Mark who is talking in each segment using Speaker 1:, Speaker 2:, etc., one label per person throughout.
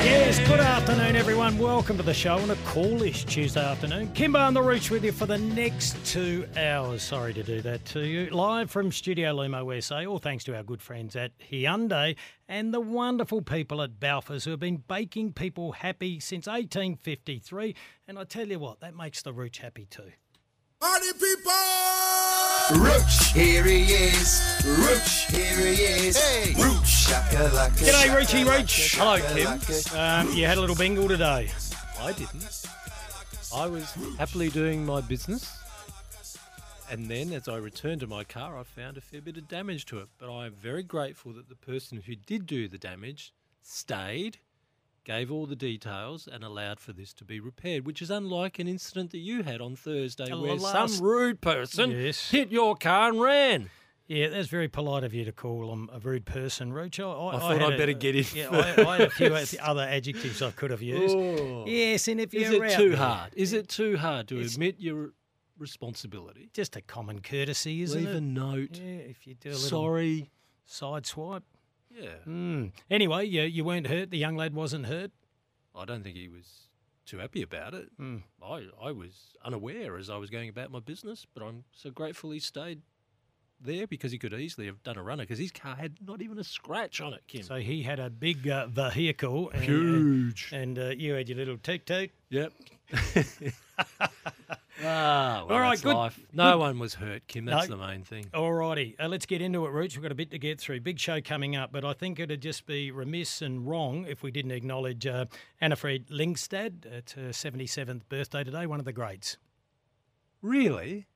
Speaker 1: Yes, good afternoon, everyone. Welcome to the show on a coolish Tuesday afternoon. Kimbo on the Roots with you for the next two hours. Sorry to do that to you. Live from Studio Lumo USA, all thanks to our good friends at Hyundai and the wonderful people at Balfour's who have been baking people happy since 1853. And I tell you what, that makes the Roots happy too.
Speaker 2: Party people! Rooch, here he is. Rooch, here he is. Hey! Rooch, shakalaka.
Speaker 1: G'day, Richie Reach. Hello, Kim.
Speaker 2: shakalaka.
Speaker 1: Um, you had a little bingle today.
Speaker 3: I didn't. I was happily doing my business. And then as I returned to my car, I found a fair bit of damage to it. But I am very grateful that the person who did do the damage stayed, gave all the details, and allowed for this to be repaired, which is unlike an incident that you had on Thursday
Speaker 1: Uh,
Speaker 3: where
Speaker 1: last-
Speaker 3: some rude person
Speaker 1: Yes.
Speaker 3: hit your car and ran.
Speaker 1: Yeah, that's very polite of you to call him a rude person, Rooch. I,
Speaker 3: I thought
Speaker 1: had
Speaker 3: I'd better get in
Speaker 1: Yeah, I, I had a few
Speaker 3: first.
Speaker 1: other adjectives I could have used.
Speaker 3: Oh.
Speaker 1: Yes, and if
Speaker 3: Is
Speaker 1: you're
Speaker 3: it
Speaker 1: out
Speaker 3: too
Speaker 1: there-
Speaker 3: hard? Is it too hard to
Speaker 1: It's-
Speaker 3: admit your responsibility?
Speaker 1: Just a common courtesy, isn't
Speaker 3: Leave a
Speaker 1: it?
Speaker 3: note.
Speaker 1: Yeah, if you do a little
Speaker 3: Sorry.
Speaker 1: side swipe.
Speaker 3: Yeah.
Speaker 1: Mm. Anyway, you, you weren't hurt. The young lad wasn't hurt.
Speaker 3: I don't think he was too happy about it.
Speaker 1: Mm.
Speaker 3: I, I was unaware as I was going about my business, but I'm so grateful he stayed there because he could easily have done a runner because his car had not even a scratch on it, Kim.
Speaker 1: So he had a big uh, vehicle. And,
Speaker 3: Huge.
Speaker 1: And, uh, you had your little toot toot.
Speaker 3: Yep. ah, well,
Speaker 1: All right,
Speaker 3: that's
Speaker 1: good-
Speaker 3: life. No one was hurt, Kim. That's
Speaker 1: No.
Speaker 3: the main thing.
Speaker 1: Alrighty, uh, let's get into it, Rooch. We've got a bit to get through. Big show coming up, but I think it'd just be remiss and wrong if we didn't acknowledge uh, Anna-Fred Lingstad. It's her 77th birthday today, one of the greats.
Speaker 3: Really?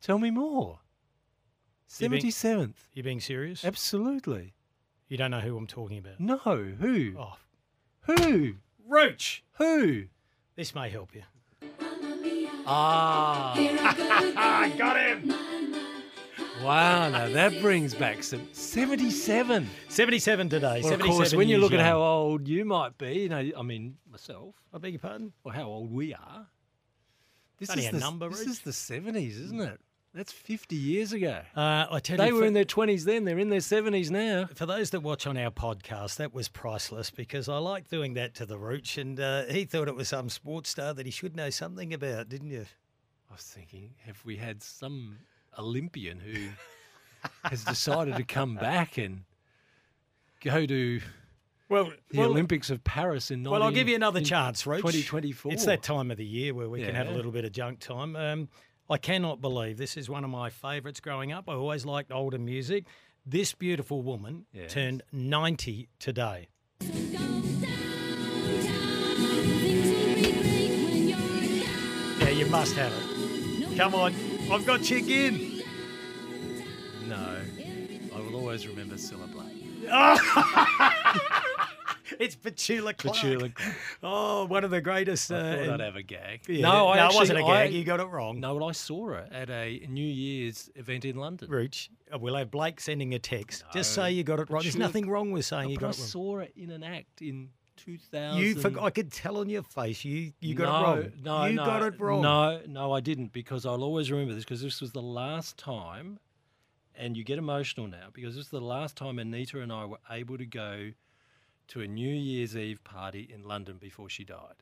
Speaker 3: Tell me more.
Speaker 1: You being-
Speaker 3: 77th.
Speaker 1: You being serious?
Speaker 3: Absolutely.
Speaker 1: You don't know who I'm talking about.
Speaker 3: No. Who?
Speaker 1: Oh,
Speaker 3: Who?
Speaker 1: Rooch!
Speaker 3: Who?
Speaker 1: This may help you.
Speaker 3: Ah. Got him. Wow, now that brings back some 77.
Speaker 1: 77 today.
Speaker 3: Well, of
Speaker 1: 77
Speaker 3: course, when you
Speaker 1: years
Speaker 3: look at
Speaker 1: young.
Speaker 3: how old you might be, you know, I mean, myself,
Speaker 1: I beg your pardon?
Speaker 3: or how old we are. This
Speaker 1: Only
Speaker 3: is
Speaker 1: a
Speaker 3: the,
Speaker 1: number,
Speaker 3: This
Speaker 1: Rich.
Speaker 3: is the 70s, isn't it? That's 50 years ago.
Speaker 1: Uh, I tell
Speaker 3: They
Speaker 1: you,
Speaker 3: were
Speaker 1: for,
Speaker 3: in their 20s then, they're in their 70s now.
Speaker 1: for those that watch on our podcast, that was priceless because I like doing that to the Rooch, and uh, he thought it was some sports star that he should know something about, didn't you?
Speaker 3: I was thinking, have we had some Olympian who has decided to come back and go to
Speaker 1: Well,
Speaker 3: the Olympics of Paris in 19,
Speaker 1: Well, I'll give you another
Speaker 3: in
Speaker 1: chance, Roach.
Speaker 3: 2024.
Speaker 1: It's that time of the year where we can have a
Speaker 3: Yeah.
Speaker 1: little bit of junk time. Um, I cannot believe this is one of my favourites growing up. I always liked older music. This beautiful woman
Speaker 3: Yes.
Speaker 1: turned 90 today. Yeah, you must have it. Come on. I've got you again.
Speaker 3: No, I will always remember Cilla Black.
Speaker 1: It's Petula Clark.
Speaker 3: Petula Clark.
Speaker 1: Oh, one of the greatest. Uh,
Speaker 3: I thought I'd
Speaker 1: and-
Speaker 3: have a gag.
Speaker 1: yeah, it wasn't a gag. you got it wrong.
Speaker 3: No, well, I saw her at a New Year's event in London.
Speaker 1: Rooch, uh, we'll have Blake sending a text. Just say you got it right. There's
Speaker 3: Petula-
Speaker 1: nothing wrong with saying
Speaker 3: No,
Speaker 1: you
Speaker 3: but I
Speaker 1: got it wrong.
Speaker 3: saw her in an act in 2000.
Speaker 1: You forgot. I could tell on your face. You you got
Speaker 3: no,
Speaker 1: it wrong.
Speaker 3: No,
Speaker 1: you
Speaker 3: no,
Speaker 1: got it wrong.
Speaker 3: No, no, I didn't because I'll always remember this because this was the last time, and you get emotional now because this is the last time Anita and I were able to go to a New Year's Eve party in London before she died.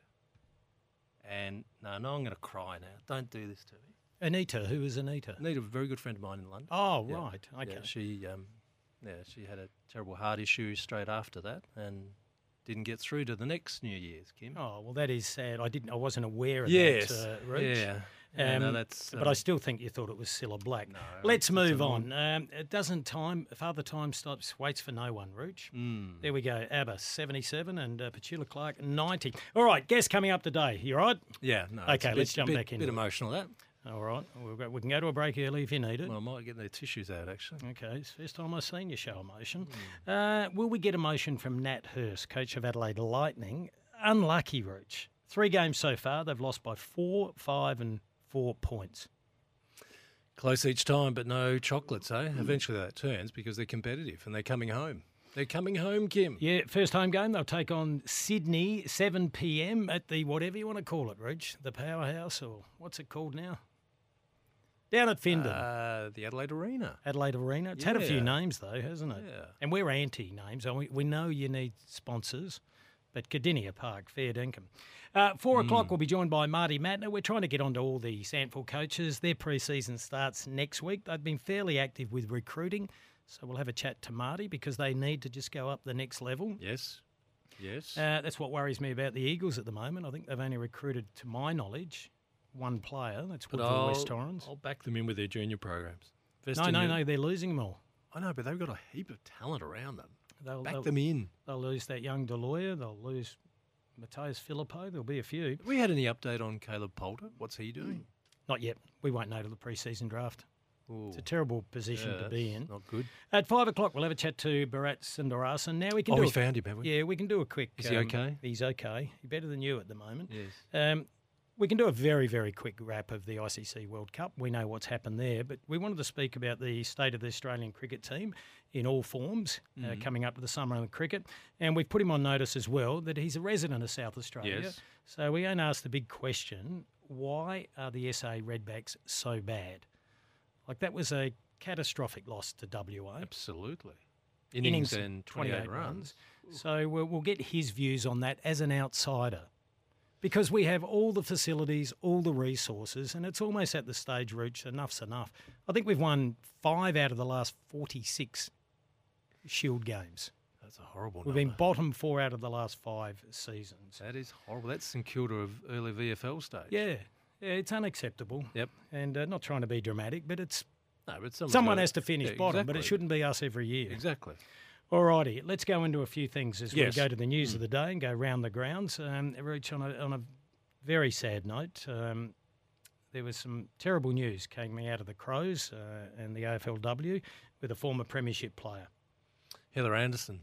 Speaker 3: And no, no, I'm going to cry now. Don't do this to me.
Speaker 1: Anita, who is Anita?
Speaker 4: Anita, a very good friend of mine in London.
Speaker 1: Oh,
Speaker 4: Yeah.
Speaker 1: right.
Speaker 4: Yeah,
Speaker 1: Okay.
Speaker 4: she, um, yeah, she had a terrible heart issue straight after that, and didn't get through to the next New Year's. Kim.
Speaker 1: Oh well, that is sad. I didn't. I wasn't aware of
Speaker 4: Yes.
Speaker 1: that. Uh, Roach.
Speaker 4: Yeah. Yeah, no, that's,
Speaker 1: but I
Speaker 4: um,
Speaker 1: still think you thought it was Cilla Black. Let's move on. Um, it doesn't time. Father Time stops. Waits for no one. Roach.
Speaker 4: Mm.
Speaker 1: There we go. Abba seventy-seven and uh, Petula Clark ninety. All right. Guest coming up today. You all right?
Speaker 4: Yeah, no. it's
Speaker 1: Okay.
Speaker 4: a
Speaker 1: let's
Speaker 4: bit-
Speaker 1: jump
Speaker 4: bit-
Speaker 1: back in.
Speaker 4: Bit emotional that.
Speaker 1: All right. We've got, we can go to a break early if you need it.
Speaker 4: Well, I might get their tissues out actually. Hmm.
Speaker 1: Okay, it's the first time I've seen you show emotion. Uh, will we get emotion from Nat Hurst, coach of Adelaide Lightning? Unlucky, Roach. Three games so far, they've lost by four, five, and four points.
Speaker 4: Close each time, but no chocolates, eh?
Speaker 1: Hmm.
Speaker 4: Eventually that turns because they're competitive and they're coming home. They're coming home, Kim.
Speaker 1: Yeah, first home game, they'll take on Sydney, 7 p.m. at the whatever you want to call it, Roach, the powerhouse, or what's it called now? Down at Findon.
Speaker 4: Uh, the Adelaide Arena.
Speaker 1: Adelaide Arena. It's had a few
Speaker 4: Yeah.
Speaker 1: names though, hasn't it?
Speaker 4: Yeah.
Speaker 1: And we're anti names. and We, we know you need sponsors, but Cadinia Park, fair dinkum. Uh,
Speaker 4: Hmm.
Speaker 1: four o'clock, we'll be joined by Marty Matner. We're trying to get onto all the Sandford coaches. Their pre-season starts next week. They've been fairly active with recruiting, so we'll have a chat to Marty because they need to just go up the next level.
Speaker 4: Yes. Yes.
Speaker 1: Uh, that's what worries me about the Eagles at the moment. I think they've only recruited, to my knowledge, one player. That's
Speaker 4: But
Speaker 1: Woodville
Speaker 4: I'll,
Speaker 1: West Torrens.
Speaker 4: I'll back them in with their junior programs. Invest
Speaker 1: No,
Speaker 4: in
Speaker 1: no,
Speaker 4: your-
Speaker 1: no. They're losing them all.
Speaker 4: I know, but they've got a heap of talent around them.
Speaker 1: They'll,
Speaker 4: Back
Speaker 1: they'll-
Speaker 4: them in.
Speaker 1: They'll lose that young Deloya. They'll lose Mateus Filippo. There'll be a few.
Speaker 4: Have we had any update on Caleb Poulter? What's he doing?
Speaker 1: Not yet. We won't know till the preseason draft. It's a
Speaker 4: Ooh.
Speaker 1: terrible position
Speaker 4: Yeah,
Speaker 1: to be
Speaker 4: that's
Speaker 1: in.
Speaker 4: Not good.
Speaker 1: At five o'clock, we'll have a chat to Bharat Sundarasan. Now we can
Speaker 4: Oh,
Speaker 1: do
Speaker 4: we
Speaker 1: a-
Speaker 4: found him, have we?
Speaker 1: Yeah, we can do a quick. um,
Speaker 4: Is he okay?
Speaker 1: He's okay. He's better than you at the moment.
Speaker 4: Yes.
Speaker 1: Um, we can do a very, very quick wrap of the ICC World Cup. We know what's happened there, but we wanted to speak about the state of the Australian cricket team in all forms uh,
Speaker 4: Mm-hmm.
Speaker 1: coming up to the summer in cricket. And we've put him on notice as well that he's a resident of South Australia.
Speaker 4: Yes.
Speaker 1: So we going to ask the big question why are the SA Redbacks so bad? Like, that was a catastrophic loss to WA
Speaker 4: Absolutely. Innings, and 28, runs.
Speaker 1: so we'll, we'll get his views on that as an outsider because we have all the facilities, all the resources, and it's almost at the stage, Roach, enough's enough. I think we've won five out of the last 46 Shield games.
Speaker 4: That's a horrible
Speaker 1: We've been
Speaker 4: number.
Speaker 1: bottom four out of the last five seasons.
Speaker 4: that is horrible. That's St Kilda of early VFL stage.
Speaker 1: Yeah, yeah it's unacceptable.
Speaker 4: Yep.
Speaker 1: And uh, not trying to be dramatic, but it's
Speaker 4: No, but someone's
Speaker 1: someone
Speaker 4: gotta-
Speaker 1: has to finish
Speaker 4: Yeah,
Speaker 1: bottom, but it
Speaker 4: exactly.
Speaker 1: shouldn't be us every year.
Speaker 4: Exactly.
Speaker 1: Alrighty, let's go into a few things as
Speaker 4: Yes. Mm.
Speaker 1: we go to the news of the day and go round the grounds. Um, Roach, on a, on a very sad note, um, there was some terrible news coming out of the Crows uh, and the AFLW with a former Premiership player. Mm.
Speaker 4: Heather Anderson,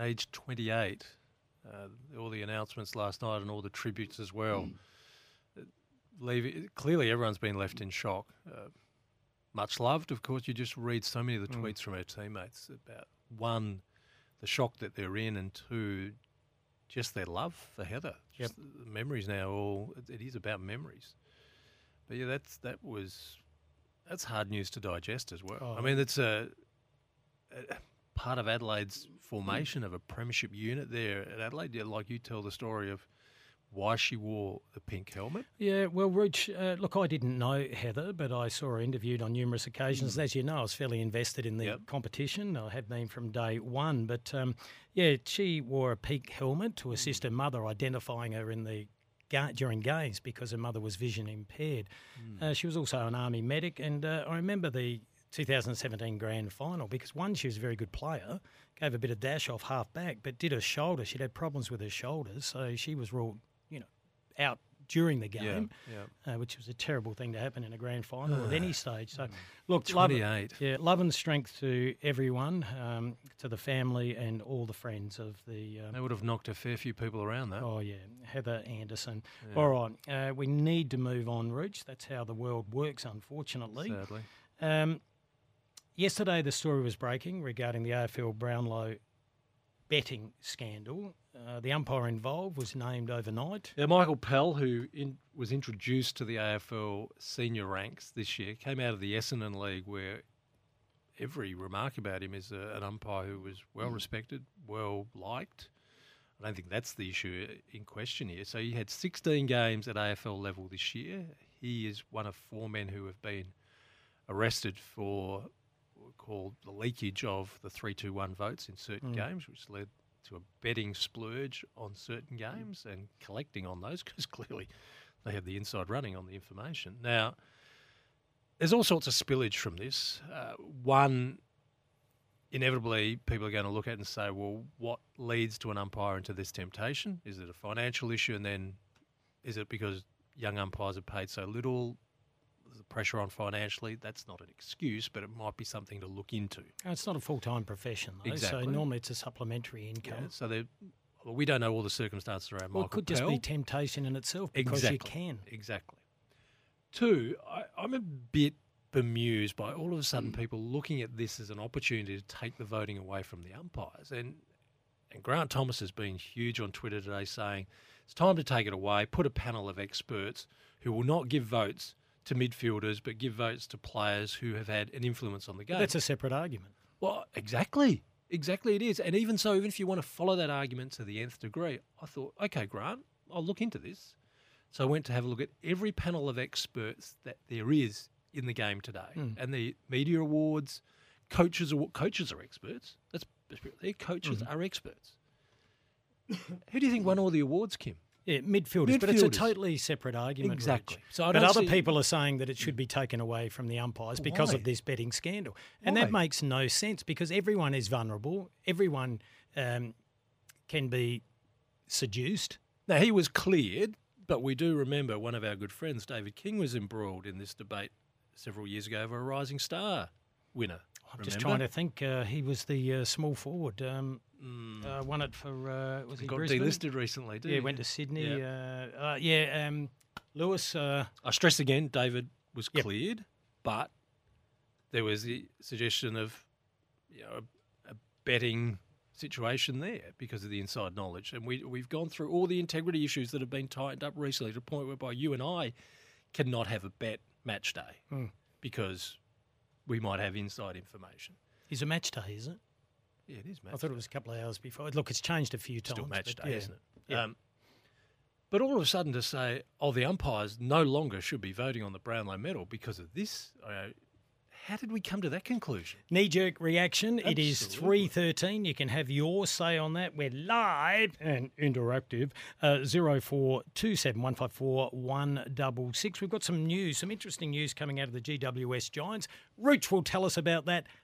Speaker 4: age 28. Uh, all the announcements last night and all the tributes as well.
Speaker 1: Mm.
Speaker 4: Uh, Leave, clearly, everyone's been left in shock. Uh, much loved, of course. You just read so many of the tweets from her teammates about one, the shock that they're in, and two, just their love for Heather.
Speaker 1: Yep.
Speaker 4: Just the memories now. All it- it is about memories. But yeah, that's that was that's hard news to digest as well. I
Speaker 1: Oh.
Speaker 4: mean, it's a part of Adelaide's formation of a premiership unit there at Adelaide. Yeah, like you tell the story of why she wore the pink helmet.
Speaker 1: Yeah, well, Roach, uh, look, I didn't know Heather, but I saw her interviewed on numerous occasions. As you know, I was fairly invested in the
Speaker 4: Yep.
Speaker 1: competition. I have been from day one. But um, yeah, she wore a peak helmet to assist her mother identifying her in the ga- during games because her mother was vision impaired. Uh, she was also an army medic, and uh, I remember the 2017 grand final because one, she was a very good player, gave a bit of dash off half back, but did her shoulder. She'd had problems with her shoulders, so she was ruled, you know, out during the game, Uh, which was a terrible thing to happen in a grand final at any stage.
Speaker 4: Hmm.
Speaker 1: So, look, love,
Speaker 4: 28.
Speaker 1: yeah, love and strength to everyone, um, to the family and all the friends of the. Um,
Speaker 4: They would have knocked a fair few people around that.
Speaker 1: Oh yeah, Heather Anderson. All right, uh, we need to move on, Roach. That's how the world works, unfortunately.
Speaker 4: Sadly,
Speaker 1: Um, yesterday, the story was breaking regarding the AFL Brownlow betting scandal. Uh, the umpire involved was named overnight.
Speaker 4: yeah, Michael Pell, who in, was introduced to the AFL senior ranks this year, came out of the Essendon League, where every remark about him is a, an umpire who was well respected, well liked. I don't think that's the issue in question here. So he had 16 games at AFL level this year. he is one of four men who have been arrested for what we call the leakage of the 321 votes in certain
Speaker 1: Mm.
Speaker 4: games, which led to a betting splurge on certain games and collecting on those because clearly they have the inside running on the information. Now, there's all sorts of spillage from this. Uh, one, inevitably, people are going to look at and say, well, what leads to an umpire into this temptation? Is it a financial issue? And then is it because young umpires are paid so little? There's a pressure on financially. That's not an excuse, but it might be something to look into.
Speaker 1: And it's not a full time profession, though.
Speaker 4: Exactly.
Speaker 1: So normally it's a supplementary income.
Speaker 4: Yeah, so they, well, we don't know all the circumstances around
Speaker 1: Or
Speaker 4: Michael
Speaker 1: it could just
Speaker 4: Pell.
Speaker 1: be temptation in itself because you
Speaker 4: Exactly.
Speaker 1: can.
Speaker 4: Exactly. Two, I, I'm a bit bemused by all of a sudden people looking at this as an opportunity to take the voting away from the umpires. And and Grant Thomas has been huge on Twitter today saying it's time to take it away, put a panel of experts who will not give votes to midfielders but give votes to players who have had an influence on the game.
Speaker 1: That's a separate argument.
Speaker 4: Well, exactly. Exactly, it is. And even so, even if you want to follow that argument to the nth degree, I thought, okay, Grant, I'll look into this. So I went to have a look at every panel of experts that there is in the game today,
Speaker 1: Mm.
Speaker 4: and the media awards, coaches are coaches are experts. That's their coaches
Speaker 1: Hmm.
Speaker 4: are experts. Who do you think won all the awards, Kim?
Speaker 1: Yeah, midfielders, but it's a
Speaker 4: Midfielders.
Speaker 1: totally separate argument. Rich.
Speaker 4: Exactly. So I
Speaker 1: but
Speaker 4: don't
Speaker 1: other
Speaker 4: see-
Speaker 1: people are saying that it should be taken away from the umpires because
Speaker 4: Why?
Speaker 1: of this betting scandal, and that
Speaker 4: Why?
Speaker 1: makes no sense because everyone is vulnerable. Everyone um, can be seduced.
Speaker 4: Now he was cleared, but we do remember one of our good friends, David King, was embroiled in this debate several years ago over a Rising Star winner.
Speaker 1: I'm just
Speaker 4: Remember?
Speaker 1: trying to think. Uh, he was the uh, small forward. Um, uh, won it for uh, was he
Speaker 4: Hmm. got
Speaker 1: Brisbane?
Speaker 4: delisted recently, didn't
Speaker 1: yeah,
Speaker 4: he?
Speaker 1: went to Sydney.
Speaker 4: Yeah.
Speaker 1: Uh, uh, yeah, um, Lewis. Uh,
Speaker 4: I stress again, David was
Speaker 1: Yep.
Speaker 4: cleared, but there was the suggestion of you know a, a betting situation there because of the inside knowledge, and we we've gone through all the integrity issues that have been tightened up recently to the point whereby you and I cannot have a bet match day
Speaker 1: Hmm.
Speaker 4: because we might have inside information.
Speaker 1: is a match day, is it?
Speaker 4: Yeah, it is match.
Speaker 1: I thought it was a couple of hours before. Look, it's changed a few
Speaker 4: It's
Speaker 1: times.
Speaker 4: still match
Speaker 1: but
Speaker 4: day,
Speaker 1: yeah.
Speaker 4: isn't it?
Speaker 1: Yeah.
Speaker 4: Um, but all of a sudden to say, oh, the umpires no longer should be voting on the Brownlow medal because of this, I go, how did we come to that conclusion?
Speaker 1: Knee jerk reaction. It is
Speaker 4: Absolutely.
Speaker 1: three thirteen. You can have your say on that. We're live and interactive. uh, Zero four two seven one five four one double six. We've got some news, some interesting news coming out of the GWS Giants. Rooch will tell us about that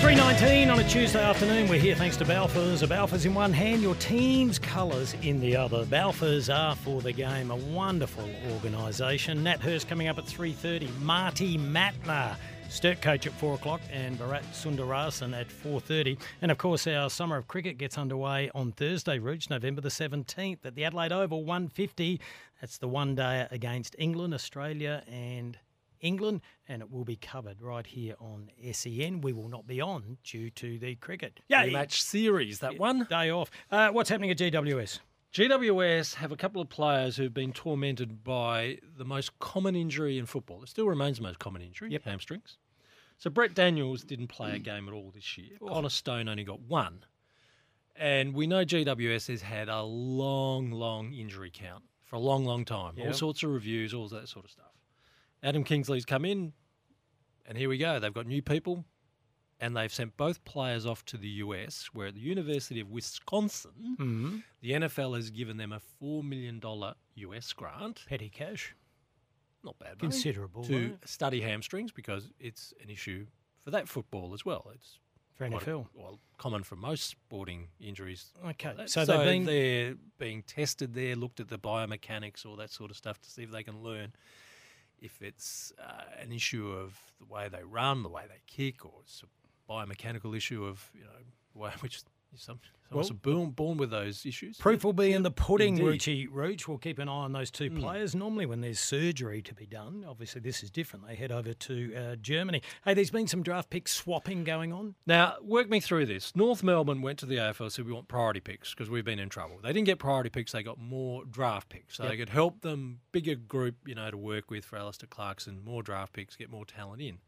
Speaker 1: Three nineteen on a Tuesday afternoon. We're here thanks to Balfours. A Balfours in one hand, your team's colours in the other. Balfours are for the game. A wonderful organisation. Nat Hurst coming up at three thirty. Marty Matner, Sturt coach at four o'clock, and Bharat Sundarasan at four thirty. And of course, our summer of cricket gets underway on Thursday, Roach, November the seventeenth at the Adelaide Oval, one fifty. That's the one day against England, Australia, and England, and it will be covered right here on SEN. We will not be on due to the cricket.
Speaker 4: Yeah,
Speaker 1: Yay!
Speaker 4: match series, that one.
Speaker 1: Day off. Uh, what's happening at GWS?
Speaker 4: GWS have a couple of players who've been tormented by the most common injury in football. It still remains the most common injury,
Speaker 1: Yep.
Speaker 4: hamstrings. So Brett Daniels didn't play a game at all this year. Connor Stone only got one. And we know GWS has had a long, long injury count for a long, long time. All
Speaker 1: Yep.
Speaker 4: sorts of reviews, all that sort of stuff. Adam Kingsley's come in, and here we go. They've got new people, and they've sent both players off to the US, where at the University of Wisconsin,
Speaker 1: Mm-hmm.
Speaker 4: the NFL has given them a $4 million US grant.
Speaker 1: Petty cash.
Speaker 4: Not bad, money,
Speaker 1: Considerable, eh?
Speaker 4: To
Speaker 1: right?
Speaker 4: study hamstrings because it's an issue for that football as well. It's
Speaker 1: For
Speaker 4: quite a-
Speaker 1: NFL.
Speaker 4: well, common for most sporting injuries
Speaker 1: Okay.
Speaker 4: that.
Speaker 1: Uh, So, they've been.
Speaker 4: they're being tested there, looked at the biomechanics, all that sort of stuff to see if they can learn if it's uh, an issue of the way they run, the way they kick, or it's a biomechanical issue of you know the way in which Some, some was born, born with those issues.
Speaker 1: Proof will be in the pudding,
Speaker 4: Indeed. Hmm.
Speaker 1: Ruchi Rooch. We'll keep an eye on those two players. Normally, when there's surgery to be done, obviously this is different. They head over to uh, Germany. Hey, there's been some draft pick swapping going on.
Speaker 4: Now, work me through this. North Melbourne went to the AFL and said, We want priority picks because we've been in trouble. They didn't get priority picks, they got more draft picks. So they could help them, bigger group, you know, to work with for Alistair Clarkson, more draft picks, get more talent in.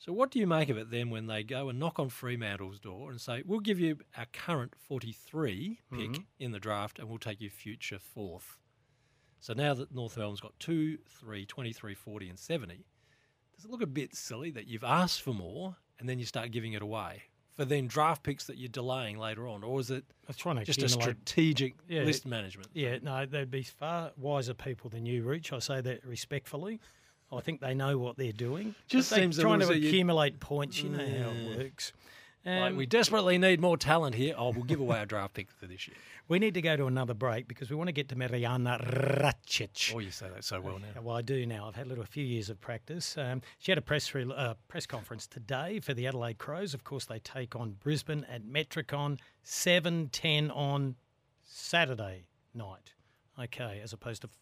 Speaker 4: So, what do you make of it then when they go and knock on Fremantle's door and say, We'll give you our current 43 pick
Speaker 1: Mm-hmm.
Speaker 4: in the draft and we'll take your future fourth? So now that North Melbourne's got 2, 3, 23, 40, and 70, does it look a bit silly that you've asked for more and then you start giving it away for then draft picks that you're delaying later on? Or is it
Speaker 1: That's trying to
Speaker 4: just a
Speaker 1: accumulate-
Speaker 4: strategic
Speaker 1: Yeah.
Speaker 4: list management?
Speaker 1: Yeah, no, they'd be far wiser people than you, Rooch. I say that respectfully. I think they know what they're doing.
Speaker 4: Just
Speaker 1: They're
Speaker 4: seems a
Speaker 1: trying to
Speaker 4: little bit you-
Speaker 1: accumulate points. You know how it works.
Speaker 4: like,
Speaker 1: Um,
Speaker 4: we desperately need more talent here. Oh, we'll give away our draft pick for this year.
Speaker 1: we need to go to another break because we want to get to Mariana Racic.
Speaker 4: Oh, you say that so well now.
Speaker 1: Well, I do now. I've had a little few years of practice. Um, she had a press rel uh, press conference today for the Adelaide Crows. Of course, they take on Brisbane at Metricon seven ten on Saturday night. Okay, as opposed to f-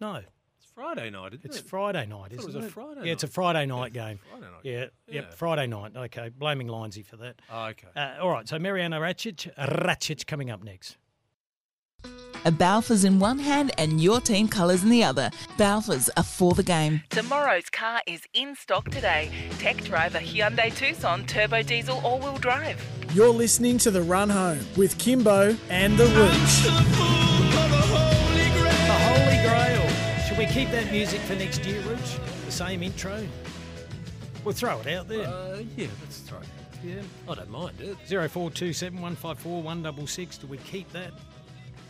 Speaker 1: no,
Speaker 4: It's Friday night, isn't
Speaker 1: it's
Speaker 4: it?
Speaker 1: Friday night,
Speaker 4: it
Speaker 1: isn't
Speaker 4: was
Speaker 1: it?
Speaker 4: a Friday
Speaker 1: Yeah, it's a
Speaker 4: night.
Speaker 1: Friday night game.
Speaker 4: Friday night
Speaker 1: Yeah,
Speaker 4: game. Yeah.
Speaker 1: yep, Friday night. Okay, blaming Lindsay for that.
Speaker 4: Oh, okay.
Speaker 1: Uh, all right, so Mariana Ratchich, Ratchich coming up next.
Speaker 5: A Balfour's in one hand and your team colours in the other. Balfour's are for the game.
Speaker 6: Tomorrow's car is in stock today. Tech driver Hyundai Tucson turbo diesel all-wheel drive.
Speaker 7: You're listening to The Run Home with Kimbo and The Rooch.
Speaker 1: The Holy Grail. Should we keep that music for next year, Rooch? The same intro? We'll throw it out there.
Speaker 4: Uh, yeah, that's right. Yeah, I don't mind it.
Speaker 1: Zero four two seven one five four one double six. Do we keep that?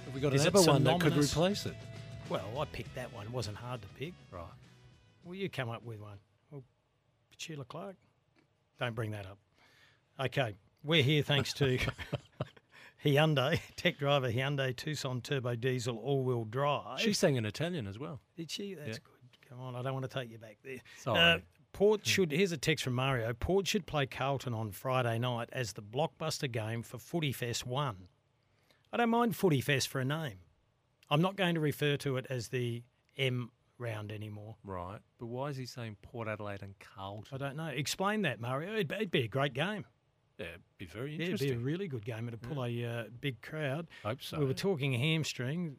Speaker 4: Have we got
Speaker 1: Is it
Speaker 4: another one that could
Speaker 1: synonymous?
Speaker 4: replace it?
Speaker 1: Well, I picked that one. It wasn't hard to pick.
Speaker 4: Right.
Speaker 1: Well, you come up with one. Well, Sheila Clark. Don't bring that up. Okay, we're here thanks to Hyundai tech driver Hyundai Tucson turbo diesel all-wheel drive.
Speaker 4: She sang in Italian as well.
Speaker 1: Did she? That's
Speaker 4: Yeah.
Speaker 1: good. Come on, I don't want to take you back there. Uh,
Speaker 4: Sorry. Hmm.
Speaker 1: Port should. Here's a text from Mario. Port should play Carlton on Friday night as the blockbuster game for Footy Fest One. I don't mind Footy Fest for a name. I'm not going to refer to it as the M round anymore.
Speaker 4: Right. But why is he saying Port Adelaide and
Speaker 1: I
Speaker 4: Carlton?
Speaker 1: don't know. Explain that, Mario. It'd, be- it'd be a great game.
Speaker 4: Yeah, it'd be very
Speaker 1: Yeah, it'd
Speaker 4: interesting.
Speaker 1: be a really good game. It'd pull a uh, big crowd.
Speaker 4: Hope so.
Speaker 1: We were talking hamstring.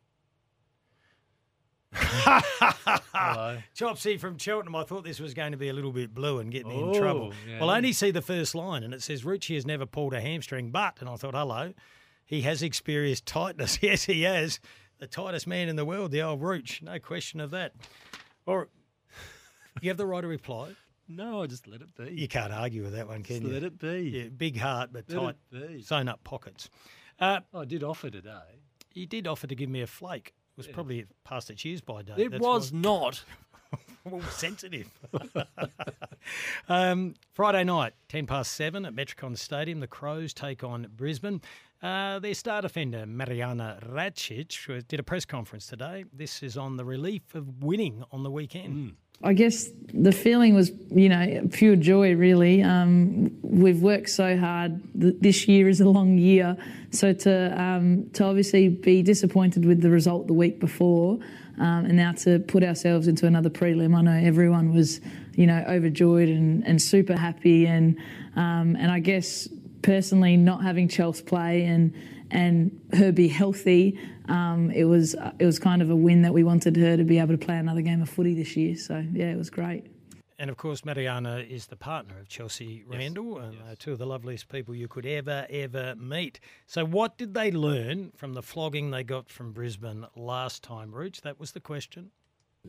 Speaker 4: Hello.
Speaker 1: Chopsy from Cheltenham. I thought this was going to be a little bit blue and get me in trouble.
Speaker 4: Oh, yeah.
Speaker 1: Well, I only see the first line and it says Rucci has never pulled a hamstring, but and I thought, hello, he has experienced tightness. Yes, he has. The tightest man in the world, the old Rooch. No question of that. Or you have the right to reply.
Speaker 4: No, I just let it be.
Speaker 1: You can't argue with that one, can
Speaker 4: Just
Speaker 1: you?
Speaker 4: let it be.
Speaker 1: Yeah, big heart, but
Speaker 4: Let
Speaker 1: tight,
Speaker 4: it be. Oh,
Speaker 1: sewn up pockets. Uh,
Speaker 4: I did offer today.
Speaker 1: he did offer to give me a flake. It was probably past its use by date.
Speaker 4: It
Speaker 1: That's
Speaker 4: was
Speaker 1: why-
Speaker 4: not.
Speaker 1: well, sensitive. um, Friday night, 10 past 7 at Metricon Stadium, the Crows take on Brisbane. Uh, their star defender, Mariana Racic, uh, did a press conference today. This is on the relief of winning on the weekend.
Speaker 8: I guess the feeling was, you know, pure joy, really. Um, we've worked so hard. Th- This year is a long year. So to, um, to obviously be disappointed with the result the week before um, and now to put ourselves into another prelim, I know everyone was, you know, overjoyed and, and super happy. And, um, and I guess personally not having Chelsea play and and her be healthy, um, it was it was kind of a win that we wanted her to be able to play another game of footy this year. So yeah, it was great.
Speaker 1: And of course, Mariana is the partner of Chelsea Randall, and uh, two of the loveliest people you could ever, ever meet. So, what did they learn from the flogging they got from Brisbane last time, Rooch? That was the question.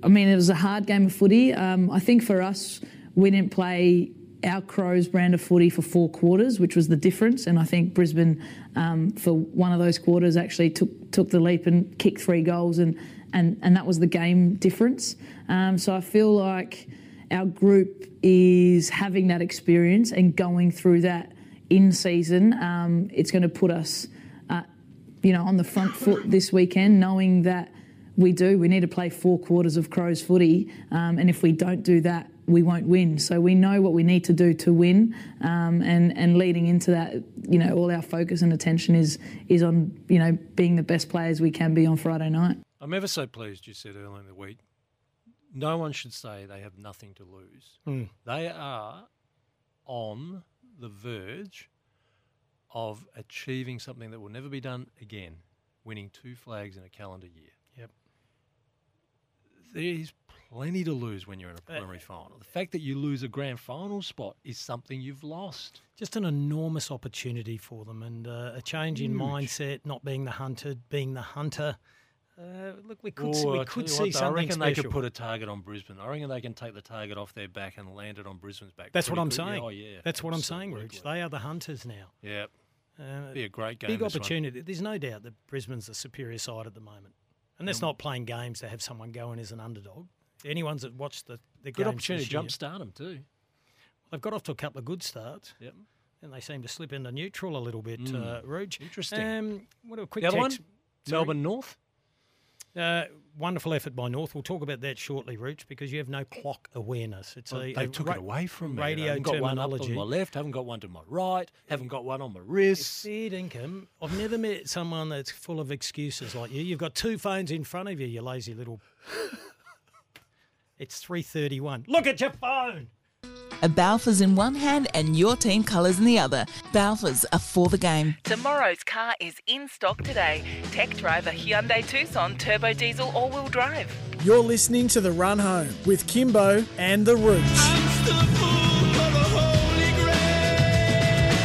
Speaker 8: I mean, it was a hard game of footy. Um, I think for us, we didn't play our Crows brand of footy for four quarters, which was the difference. And I think Brisbane, um, for one of those quarters, actually took took the leap and kicked three goals, and and, and that was the game difference. Um, so I feel like our group is having that experience and going through that in season. Um, it's going to put us you know, on the front foot this weekend, knowing that we do, we need to play four quarters of Crows footy. Um, and if we don't do that, we won't win. So we know what we need to do to win, um, and and leading into that, you know, all our focus and attention is is on you know being the best players we can be on Friday night.
Speaker 4: I'm ever so pleased you said earlier in the week, no one should say they have nothing to lose.
Speaker 1: Hmm.
Speaker 4: They are on the verge of achieving something that will never be done again, winning two flags in a calendar year.
Speaker 1: Yep.
Speaker 4: There's plenty to lose when you're in a preliminary final. The fact that you lose a grand final spot is something you've lost.
Speaker 1: Just an enormous opportunity for them and uh, a change in
Speaker 4: Huge.
Speaker 1: mindset, not being the hunted, being the hunter. Uh, look, we could, see,
Speaker 4: Ooh,
Speaker 1: we
Speaker 4: I
Speaker 1: could
Speaker 4: tell you what,
Speaker 1: see
Speaker 4: though,
Speaker 1: something
Speaker 4: I reckon
Speaker 1: special.
Speaker 4: they could put a target on Brisbane. I reckon they can take the target off their back and land it on Brisbane's back.
Speaker 1: That's what
Speaker 4: pretty
Speaker 1: I'm
Speaker 4: quick.
Speaker 1: saying.
Speaker 4: Yeah, Oh yeah,
Speaker 1: That's what I'm saying, Rich. They are the hunters now.
Speaker 4: Yeah,
Speaker 1: Uh,
Speaker 4: Be a great game,
Speaker 1: Big
Speaker 4: this one.
Speaker 1: opportunity. There's no doubt that Brisbane's the superior side at the moment, and that's not playing games to have someone going as an underdog. Anyone's that watched the the
Speaker 4: good
Speaker 1: games
Speaker 4: opportunity
Speaker 1: this
Speaker 4: to
Speaker 1: year,
Speaker 4: jump start them too.
Speaker 1: They've got off to a couple of good starts.
Speaker 4: Yep.
Speaker 1: And they seem to slip into neutral a little bit,
Speaker 4: Mm.
Speaker 1: uh, Rooge.
Speaker 4: Interesting.
Speaker 1: Um, what a quick
Speaker 4: the other
Speaker 1: text.
Speaker 4: one,
Speaker 1: Sorry.
Speaker 4: Melbourne North.
Speaker 1: Uh, wonderful effort by North. We'll talk about that shortly, Rooch, because you have no clock awareness. It's
Speaker 4: Well,
Speaker 1: a,
Speaker 4: they
Speaker 1: a
Speaker 4: took
Speaker 1: ra-
Speaker 4: it away from me. and I
Speaker 1: radio
Speaker 4: haven't got one up
Speaker 1: terminology.
Speaker 4: on my left. Haven't got one to my right. Haven't got one on my wrist.
Speaker 1: Fair dinkum. I've never met someone that's full of excuses like you. You've got two phones in front of you, you lazy little. it's three thirty-one. Look at your phone.
Speaker 5: A Balfour's in one hand and your team colours in the other. Balfour's are for the game.
Speaker 9: Tomorrow's car is in stock today. Tech driver Hyundai Tucson turbo diesel all-wheel drive.
Speaker 10: You're listening to The Run Home with Kimbo and The Rooch.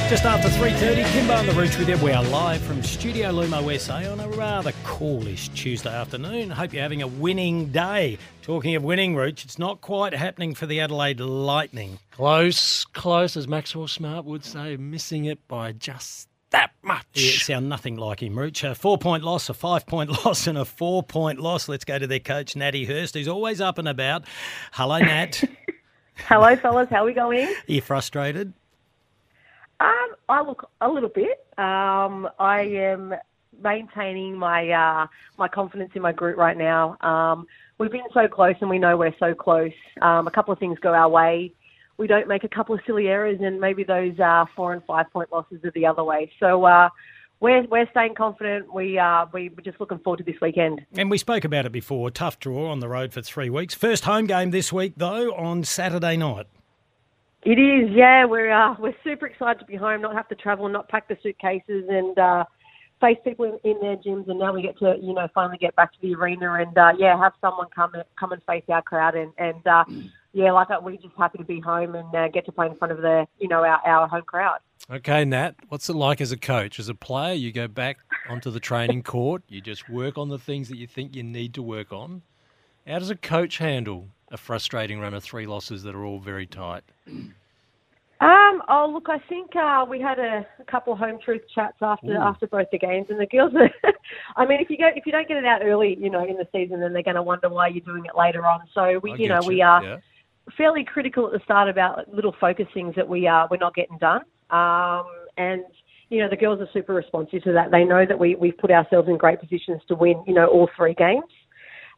Speaker 1: Just after three thirty, Kimbo and the Rooch with you. We are live from Studio Lumo SA on a rather coolish Tuesday afternoon. Hope you're having a winning day. Talking of winning, Rooch, it's not quite happening for the Adelaide Lightning.
Speaker 4: Close, close, as Maxwell Smart would say, missing it by just that much.
Speaker 1: Yeah, sound nothing like him, Rooch. A four point loss, a five point loss, and a four point loss. Let's go to their coach, Natty Hurst, who's always up and about. Hello, Nat.
Speaker 6: Hello, fellas. How we going?
Speaker 1: Are you frustrated?
Speaker 6: Um, I look a little bit. Um, I am maintaining my uh, my confidence in my group right now. Um, we've been so close, and we know we're so close. Um, a couple of things go our way. We don't make a couple of silly errors, and maybe those uh, four and five point losses are the other way. So uh, we're we're staying confident. We uh, we- we're just looking forward to this weekend.
Speaker 1: And we spoke about it before. Tough draw on the road for three weeks. First home game this week, though, on Saturday night.
Speaker 6: It is, yeah. We're uh, we're super excited to be home, not have to travel, not pack the suitcases, and uh, face people in, in their gyms. And now we get to, you know, finally get back to the arena and uh, yeah, have someone come and come and face our crowd. And and uh, yeah, like that, we're just happy to be home and uh, get to play in front of the, you know, our, our home crowd.
Speaker 4: Okay, Nat, what's it like as a coach? As a player, you go back onto the training court, you just work on the things that you think you need to work on. How does a coach handle a frustrating run of three losses that are all very tight?
Speaker 6: Um, oh look, I think uh, we had a, a couple home truth chats after
Speaker 4: Ooh.
Speaker 6: after both the games, and the girls. Are, I mean, if you go if you don't get it out early, you know, in the season, then they're going to wonder why you're doing it later on. So we,
Speaker 4: I
Speaker 6: you know,
Speaker 4: get
Speaker 6: we
Speaker 4: you,
Speaker 6: are
Speaker 4: yeah.
Speaker 6: fairly critical at the start about little focus things that we are we're not getting done. Um, and you know, the girls are super responsive to that. They know that we we've put ourselves in great positions to win. You know, all three games.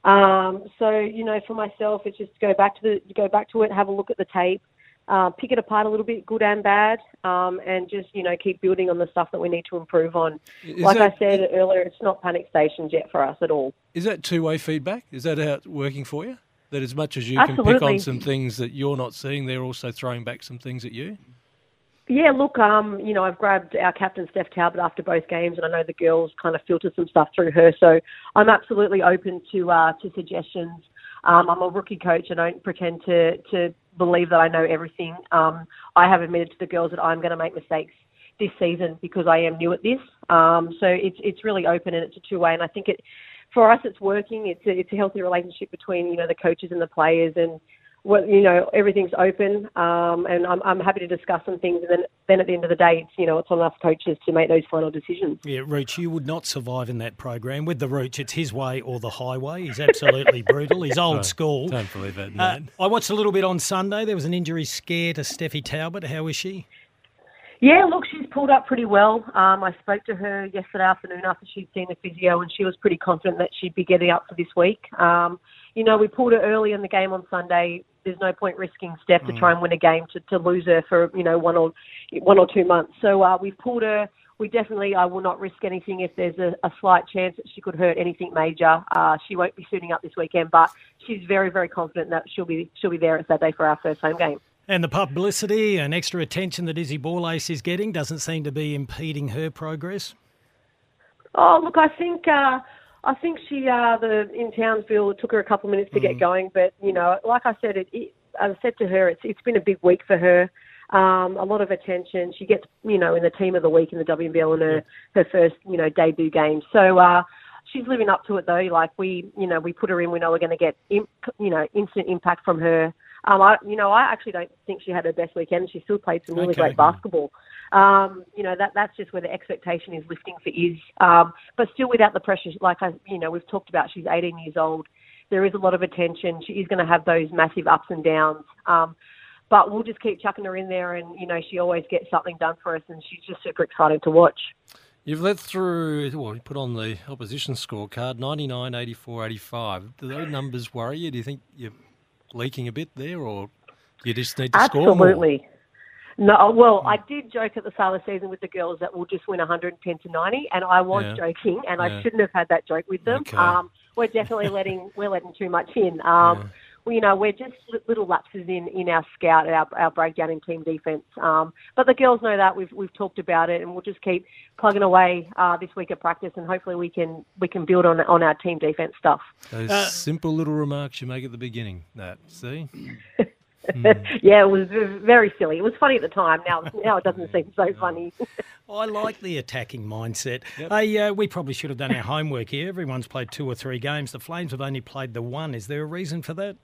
Speaker 6: Um, so you know, for myself, it's just go back to the go back to it, have a look at the tape, uh, pick it apart a little bit, good and bad, um, and just you know keep building on the stuff that we need to improve on.
Speaker 4: Is
Speaker 6: like
Speaker 4: that-
Speaker 6: I said earlier, it's not panic stations yet for us at all.
Speaker 4: Is that two way feedback? Is that how it's working for you? That as much as you can pick
Speaker 6: Absolutely.
Speaker 4: on some things that you're not seeing, they're also throwing back some things at you?
Speaker 6: Yeah, look, um, you know, I've grabbed our captain Steph Talbot after both games, and I know the girls kind of filter some stuff through her. So I'm absolutely open to uh, to suggestions. Um, I'm a rookie coach. I don't pretend to to believe that I know everything. Um, I have admitted to the girls that I'm going to make mistakes this season because I am new at this. Um, so it's it's really open and it's a two way, and I think it for us it's working. It's a, it's a healthy relationship between you know the coaches and the players, and well, you know, everything's open, um, and I'm, I'm happy to discuss some things. And then, then at the end of the day, it's you know, it's on us coaches to make those final decisions.
Speaker 1: Yeah, Rooch, you would not survive in that program. With the Rooch, it's his way or the highway. He's absolutely brutal. He's old
Speaker 4: Oh,
Speaker 1: school.
Speaker 4: Don't believe that,
Speaker 1: Uh,
Speaker 4: Nat.
Speaker 1: I watched a little bit on Sunday. There was an injury scare to Steffi Talbot. How is she?
Speaker 6: Yeah, look, she's pulled up pretty well. Um, I spoke to her yesterday afternoon after she'd seen the physio, and she was pretty confident that she'd be getting up for this week. Um, you know, we pulled her early in the game on Sunday. There's no point risking Steph to
Speaker 11: Mm.
Speaker 6: try and win a game to, to lose her for you know one or one or two months. So uh, we've pulled her. We definitely, I will not risk anything if there's a, a slight chance that she could hurt anything major. Uh, she won't be suiting up this weekend, but she's very, very confident that she'll be she'll be there on Saturday for our first home game.
Speaker 4: And the publicity and extra attention that Izzy Borlace is getting doesn't seem to be impeding her progress.
Speaker 6: Oh, look, I think uh, I think she uh, the in Townsville it took her a couple of minutes to
Speaker 4: Mm.
Speaker 6: get going, but you know, like I said, it, it I said to her, it's it's been a big week for her. Um, a lot of attention. She gets, you know, in the team of the week in the WNBL in her, her first, you know, debut game. So uh, she's living up to it though. Like we, you know, we put her in. We know we're going to get, imp, you know, instant impact from her. Um, I, you know, I actually don't think she had her best weekend. She still played some really
Speaker 12: Okay.
Speaker 6: great basketball. Um, you know, that that's just where the expectation is lifting for is, um, but still without the pressure. Like I, you know, we've talked about, she's 18 years old. There is a lot of attention. She is going to have those massive ups and downs. Um, but we'll just keep chucking her in there, and you know, she always gets something done for us, and she's just super excited to watch.
Speaker 1: You've let through, well, you put on the opposition scorecard 99, 84, 85. Do those numbers worry you? Do you think you're leaking a bit there, or you just need to score more?
Speaker 6: Absolutely. No, oh, well, I did joke at the start of the season with the girls that we'll just win 110 to 90, and I was
Speaker 1: Yeah.
Speaker 6: joking, and
Speaker 1: Yeah.
Speaker 6: I shouldn't have had that joke with them.
Speaker 1: Okay.
Speaker 6: Um, we're definitely letting we're letting too much in. Um, well, you know, we're just li- little lapses in, in our scout, our, our breakdown in team defense. Um, but the girls know that we've we've talked about it, and we'll just keep plugging away uh, this week at practice, and hopefully we can we can build on on our team defense stuff.
Speaker 1: Those
Speaker 6: Uh,
Speaker 1: simple little remarks you make at the beginning. That, see?
Speaker 6: yeah, it was v- very silly. It was funny at the time. Now now it doesn't seem so funny.
Speaker 4: Mm. I like the attacking mindset. Hey, uh, we probably should have done our homework here. Everyone's played two or three games. The Flames have only played the one. Is there a reason for that?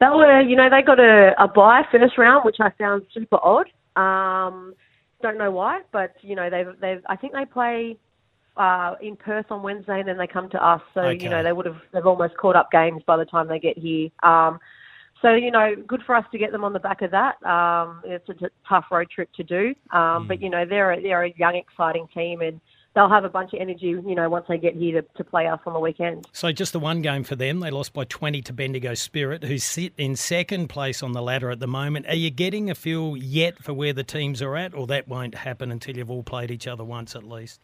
Speaker 6: They were, Oh, you know, they got a, a buy first round, which I found super odd. Um, don't know why, but you know, they've, they've. I think they play uh, in Perth on Wednesday, and then they come to us. So
Speaker 13: Okay.
Speaker 6: you know, they would have, they've almost caught up games by the time they get here. Um, so you know, good for us to get them on the back of that. Um, it's a t- tough road trip to do, um, but you know, they're a, they're a young, exciting team, and they'll have a bunch of energy. You know, once they get here to, to play us on the weekend.
Speaker 4: So just the one game for them. They lost by 20 to Bendigo Spirit, who sit in second place on the ladder at the moment. Are you getting a feel yet for where the teams are at, or that won't happen until you've all played each other once at least?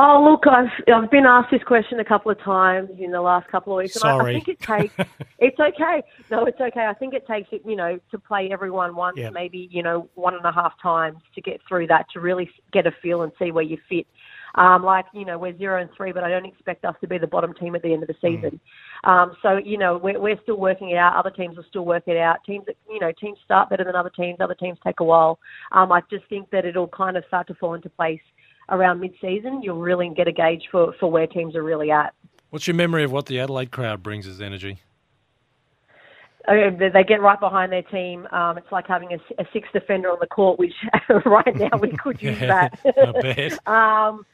Speaker 6: Oh look, I've I've been asked this question a couple of times in the last couple of weeks, and I, I
Speaker 4: Sorry.
Speaker 6: think it takes. it's okay. No, it's okay. I think it takes it, you know, to play everyone once,
Speaker 4: Yeah.
Speaker 6: maybe you know one and a half times to get through that to really get a feel and see where you fit. Um, like you know, we're zero and three, but I don't expect us to be the bottom team at the end of the
Speaker 1: Hmm.
Speaker 6: season. Um, so you know, we're, we're still working it out. Other teams will still work it out. Teams, that you know, teams start better than other teams. Other teams take a while. Um, I just think that it'll kind of start to fall into place around mid-season. You'll really get a gauge for, for where teams are really at.
Speaker 1: What's your memory of what the Adelaide crowd brings as energy?
Speaker 6: Uh, They they get right behind their team. Um, it's like having a, s- a sixth defender on the court, which right now we could use
Speaker 1: Yeah,
Speaker 6: that.
Speaker 1: I bet.
Speaker 6: um,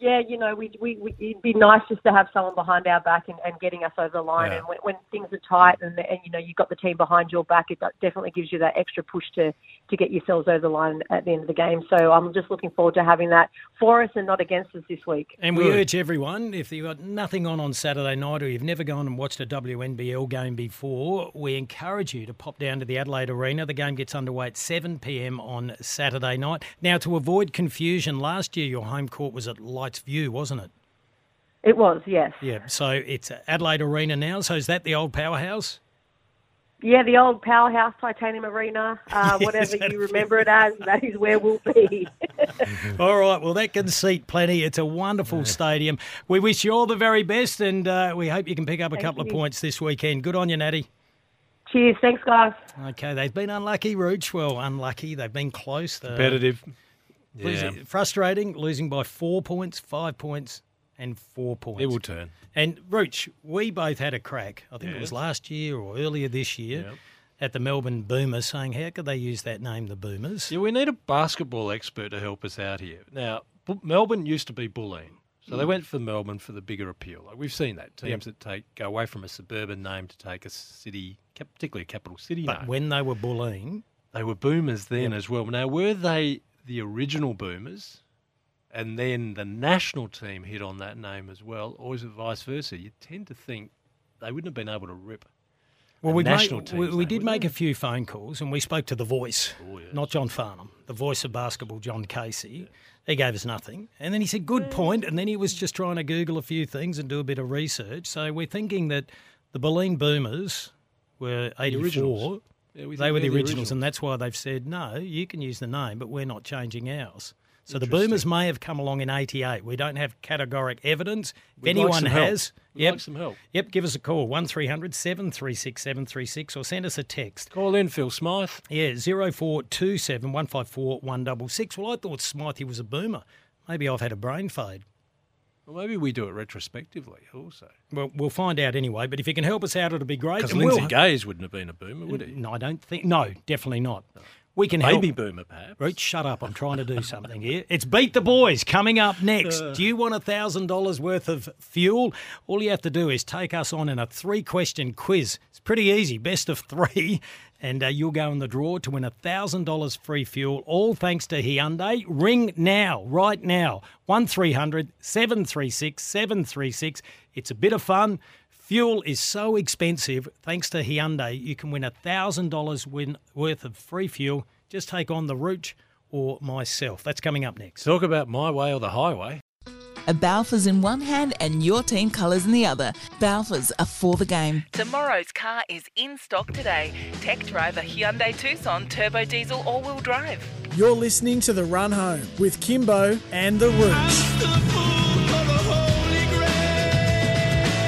Speaker 6: yeah, you know, we, we, we, it'd be nice just to have someone behind our back and, and getting us over the line.
Speaker 1: Yeah.
Speaker 6: And when, when things are tight and, and, you know, you've got the team behind your back, it definitely gives you that extra push to, to get yourselves over the line at the end of the game. So I'm just looking forward to having that for us and not against us this week.
Speaker 4: And we urge everyone, if you've got nothing on on Saturday night or you've never gone and watched a WNBL game before, we encourage you to pop down to the Adelaide Arena. The game gets underway at 7 p.m. on Saturday night. Now, to avoid confusion, last year your home court was at Lights View, wasn't it?
Speaker 6: It was, yes.
Speaker 4: Yeah, so it's Adelaide Arena now. So is that the old powerhouse?
Speaker 6: Yeah, the old powerhouse titanium arena, uh, whatever you remember it as, that is where we'll be.
Speaker 4: All right, well, that can seat plenty. It's a wonderful stadium. We wish you all the very best and uh, we hope you can pick up a
Speaker 6: Thank
Speaker 4: couple
Speaker 6: you.
Speaker 4: of points this weekend. Good on you, Natty.
Speaker 6: Cheers. Thanks, guys.
Speaker 4: Okay, they've been unlucky, Rooch. Well, unlucky. They've been close. They're
Speaker 1: Competitive.
Speaker 4: losing- Frustrating, losing by four points, five points, and four points.
Speaker 1: It will turn.
Speaker 4: And Rooch, we both had a crack. I think it was
Speaker 1: Yes.
Speaker 4: last year or earlier this year at the Melbourne Boomers, saying how could they use that name, the Boomers?
Speaker 1: Yeah, we need a basketball expert to help us out here. Now, Bu- Melbourne used to be Bulleen, so they
Speaker 4: Mm.
Speaker 1: went for Melbourne for the bigger appeal. Like we've seen that
Speaker 4: Yep.
Speaker 1: teams that take go away from a suburban name to take a city, cap- particularly a capital city
Speaker 4: But
Speaker 1: name.
Speaker 4: when they were bullying,
Speaker 1: They were boomers then
Speaker 4: Yep.
Speaker 1: as well. Now, were they the original boomers, and then the national team hit on that name as well, or is it vice versa? You tend to think they wouldn't have been able to rip.
Speaker 4: Well,
Speaker 1: a
Speaker 4: we
Speaker 1: national
Speaker 4: made,
Speaker 1: team.
Speaker 4: we, we did make a few phone calls, and we spoke to the voice,
Speaker 1: Oh,
Speaker 4: not John Farnham, the voice of basketball, John Casey. He gave us nothing, and then he said, "Good point," and then he was just trying to Google a few things and do a bit of research. So we're thinking that the Baleen Boomers were
Speaker 1: originals.
Speaker 4: eighty-four.
Speaker 1: Yeah, we
Speaker 4: they
Speaker 1: think
Speaker 4: were the
Speaker 1: they're the
Speaker 4: originals,
Speaker 1: originals.
Speaker 4: and that's why they've said no. You can use the name, but we're not changing ours. So the Boomers may have come along in '88. We don't have categoric evidence. If
Speaker 1: We'd like
Speaker 4: anyone
Speaker 1: some help.
Speaker 4: has,
Speaker 1: We'd like some help.
Speaker 4: Yep, give us a call, 1300 736 736, or send us a text.
Speaker 1: Call in, Phil Smythe.
Speaker 4: Yeah, 0427 154 166. Well, I thought Smythe was a boomer. Maybe I've had a brain fade.
Speaker 1: Well, maybe we do it retrospectively also.
Speaker 4: Well, we'll find out anyway, but if you can help us out, it'll be great.
Speaker 1: Because
Speaker 4: And
Speaker 1: Lindsay
Speaker 4: we'll-
Speaker 1: Gaze wouldn't have been a boomer, would he?
Speaker 4: No, I don't think. No, definitely not. We can help.
Speaker 1: Baby boomer, perhaps.
Speaker 4: Roach, shut up. I'm trying to do something here. It's Beat the Boys coming up next.
Speaker 1: Uh.
Speaker 4: Do you want $1,000 worth of fuel? All you have to do is take us on in a three question quiz. It's pretty easy, best of three. And uh, you'll go in the draw to win $1,000 free fuel, all thanks to Hyundai. Ring now, right now, 1300 736 736. It's a bit of fun. Fuel is so expensive. Thanks to Hyundai, you can win $1,000 win- worth of free fuel. Just take on the route or myself. That's coming up next.
Speaker 1: Talk about my way or the highway.
Speaker 5: A Balfour's in one hand and your team colours in the other. Balfour's are for the game.
Speaker 14: Tomorrow's car is in stock today. Tech driver Hyundai Tucson turbo diesel all-wheel drive.
Speaker 15: You're listening to The Run Home with Kimbo and The Roach.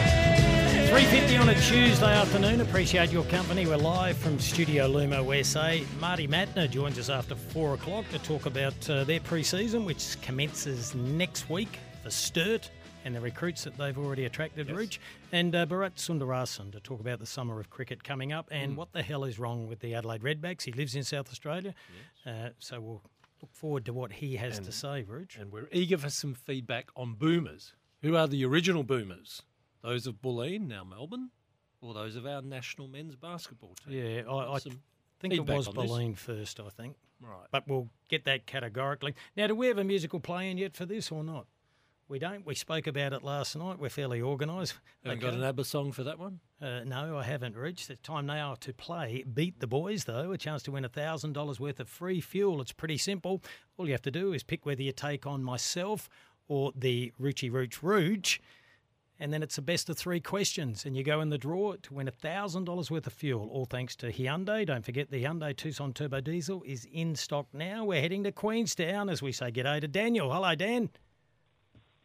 Speaker 4: 3.50 on a Tuesday afternoon. Appreciate your company. We're live from Studio Lumo USA. Marty Matner joins us after 4 o'clock to talk about uh, their pre-season, which commences next week for Sturt and the recruits that they've already attracted, Rooch. And uh, Bharat Sundarasan to talk about the summer of cricket coming up and what the hell is wrong with the Adelaide Redbacks. He lives in South Australia, uh, so we'll look forward to what he has to say, Rooch.
Speaker 1: And we're eager for some feedback on boomers. Who are the original boomers? Those of Bulleen, now Melbourne, or those of our national men's basketball team?
Speaker 4: Yeah, I, I
Speaker 1: Some
Speaker 4: think it
Speaker 1: feedback
Speaker 4: was
Speaker 1: on this.
Speaker 4: Baleen first, I think.
Speaker 1: Right.
Speaker 4: But we'll get that categorically. Now, do we have a musical play in yet for this or not? We don't. We spoke about it last night. We're fairly organised.
Speaker 1: Haven't got an ABBA song for that one?
Speaker 4: Uh, no, I haven't reached. It's time now to play Beat the Boys, though. A chance to win $1,000 worth of free fuel. It's pretty simple. All you have to do is pick whether you take on myself or the Ruchi Rooch Rooch. And then it's a best of three questions, and you go in the draw to win $1,000 worth of fuel, all thanks to Hyundai. Don't forget the Hyundai Tucson Turbo Diesel is in stock now. We're heading to Queenstown as we say g'day to Daniel. Hello, Dan.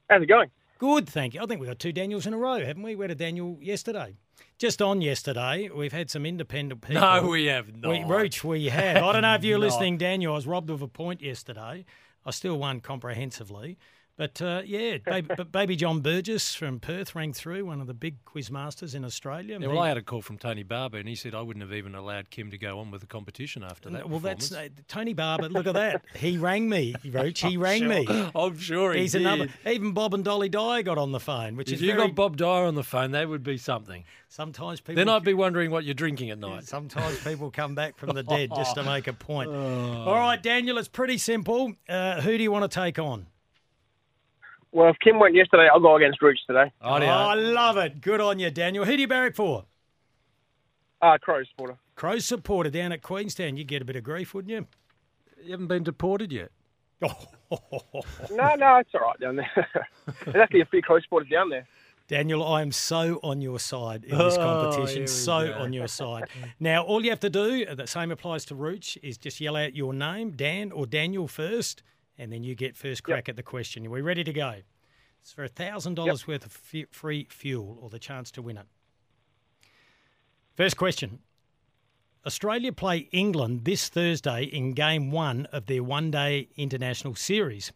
Speaker 11: How's it going?
Speaker 4: Good, thank you. I think we've got two Daniels in a row, haven't we? We had a Daniel yesterday. Just on yesterday, we've had some independent people.
Speaker 1: No, we have not.
Speaker 4: We, Roach, we have. I don't know if you're
Speaker 1: Not.
Speaker 4: listening, Daniel. I was robbed of a point yesterday. I still won comprehensively. But uh, yeah, baby, but baby John Burgess from Perth rang through, one of the big quiz masters in Australia.
Speaker 1: Yeah, well, I had a call from Tony Barber, and he said I wouldn't have even allowed Kim to go on with the competition after that.
Speaker 4: well, that's uh,
Speaker 1: performance.
Speaker 4: Tony Barber. Look at that. He rang me, Roach. He rang me.
Speaker 1: I'm sure Oh, he
Speaker 4: He's
Speaker 1: did.
Speaker 4: another. Even Bob and Dolly Dyer got on the phone, which
Speaker 1: If
Speaker 4: is
Speaker 1: you
Speaker 4: very-
Speaker 1: got Bob Dyer on the phone, that would be something.
Speaker 4: Sometimes people.
Speaker 1: Then I'd be wondering what you're drinking at night.
Speaker 4: Sometimes people come back from the dead just to make a point.
Speaker 1: Oh.
Speaker 4: All right, Daniel, it's pretty simple. Uh, who do you want to take on?
Speaker 11: Well, if Kim went yesterday, I'll go against Rooch today.
Speaker 1: Oh,
Speaker 4: Oh, I love it. Good on you, Daniel. Who do you barrack for?
Speaker 11: Ah, Crow supporter.
Speaker 4: Crow supporter down at Queenstown. You'd get a bit of grief, wouldn't you?
Speaker 1: You haven't been deported yet.
Speaker 4: Oh,
Speaker 11: No, no, it's all right down there. There's actually a few Crow supporters down there.
Speaker 4: Daniel, I am so on your side in this
Speaker 11: Oh,
Speaker 4: competition.
Speaker 11: here we
Speaker 4: so
Speaker 11: go. Mm.
Speaker 4: on your side. now, all you have to do, the same applies to Rooch, is just yell out your name, Dan or Daniel first, and then you get first crack at the question. Are we ready to go? It's for $1,000 worth of f- free fuel or the chance to win it. First question Australia play England this Thursday in game one of their one day international series.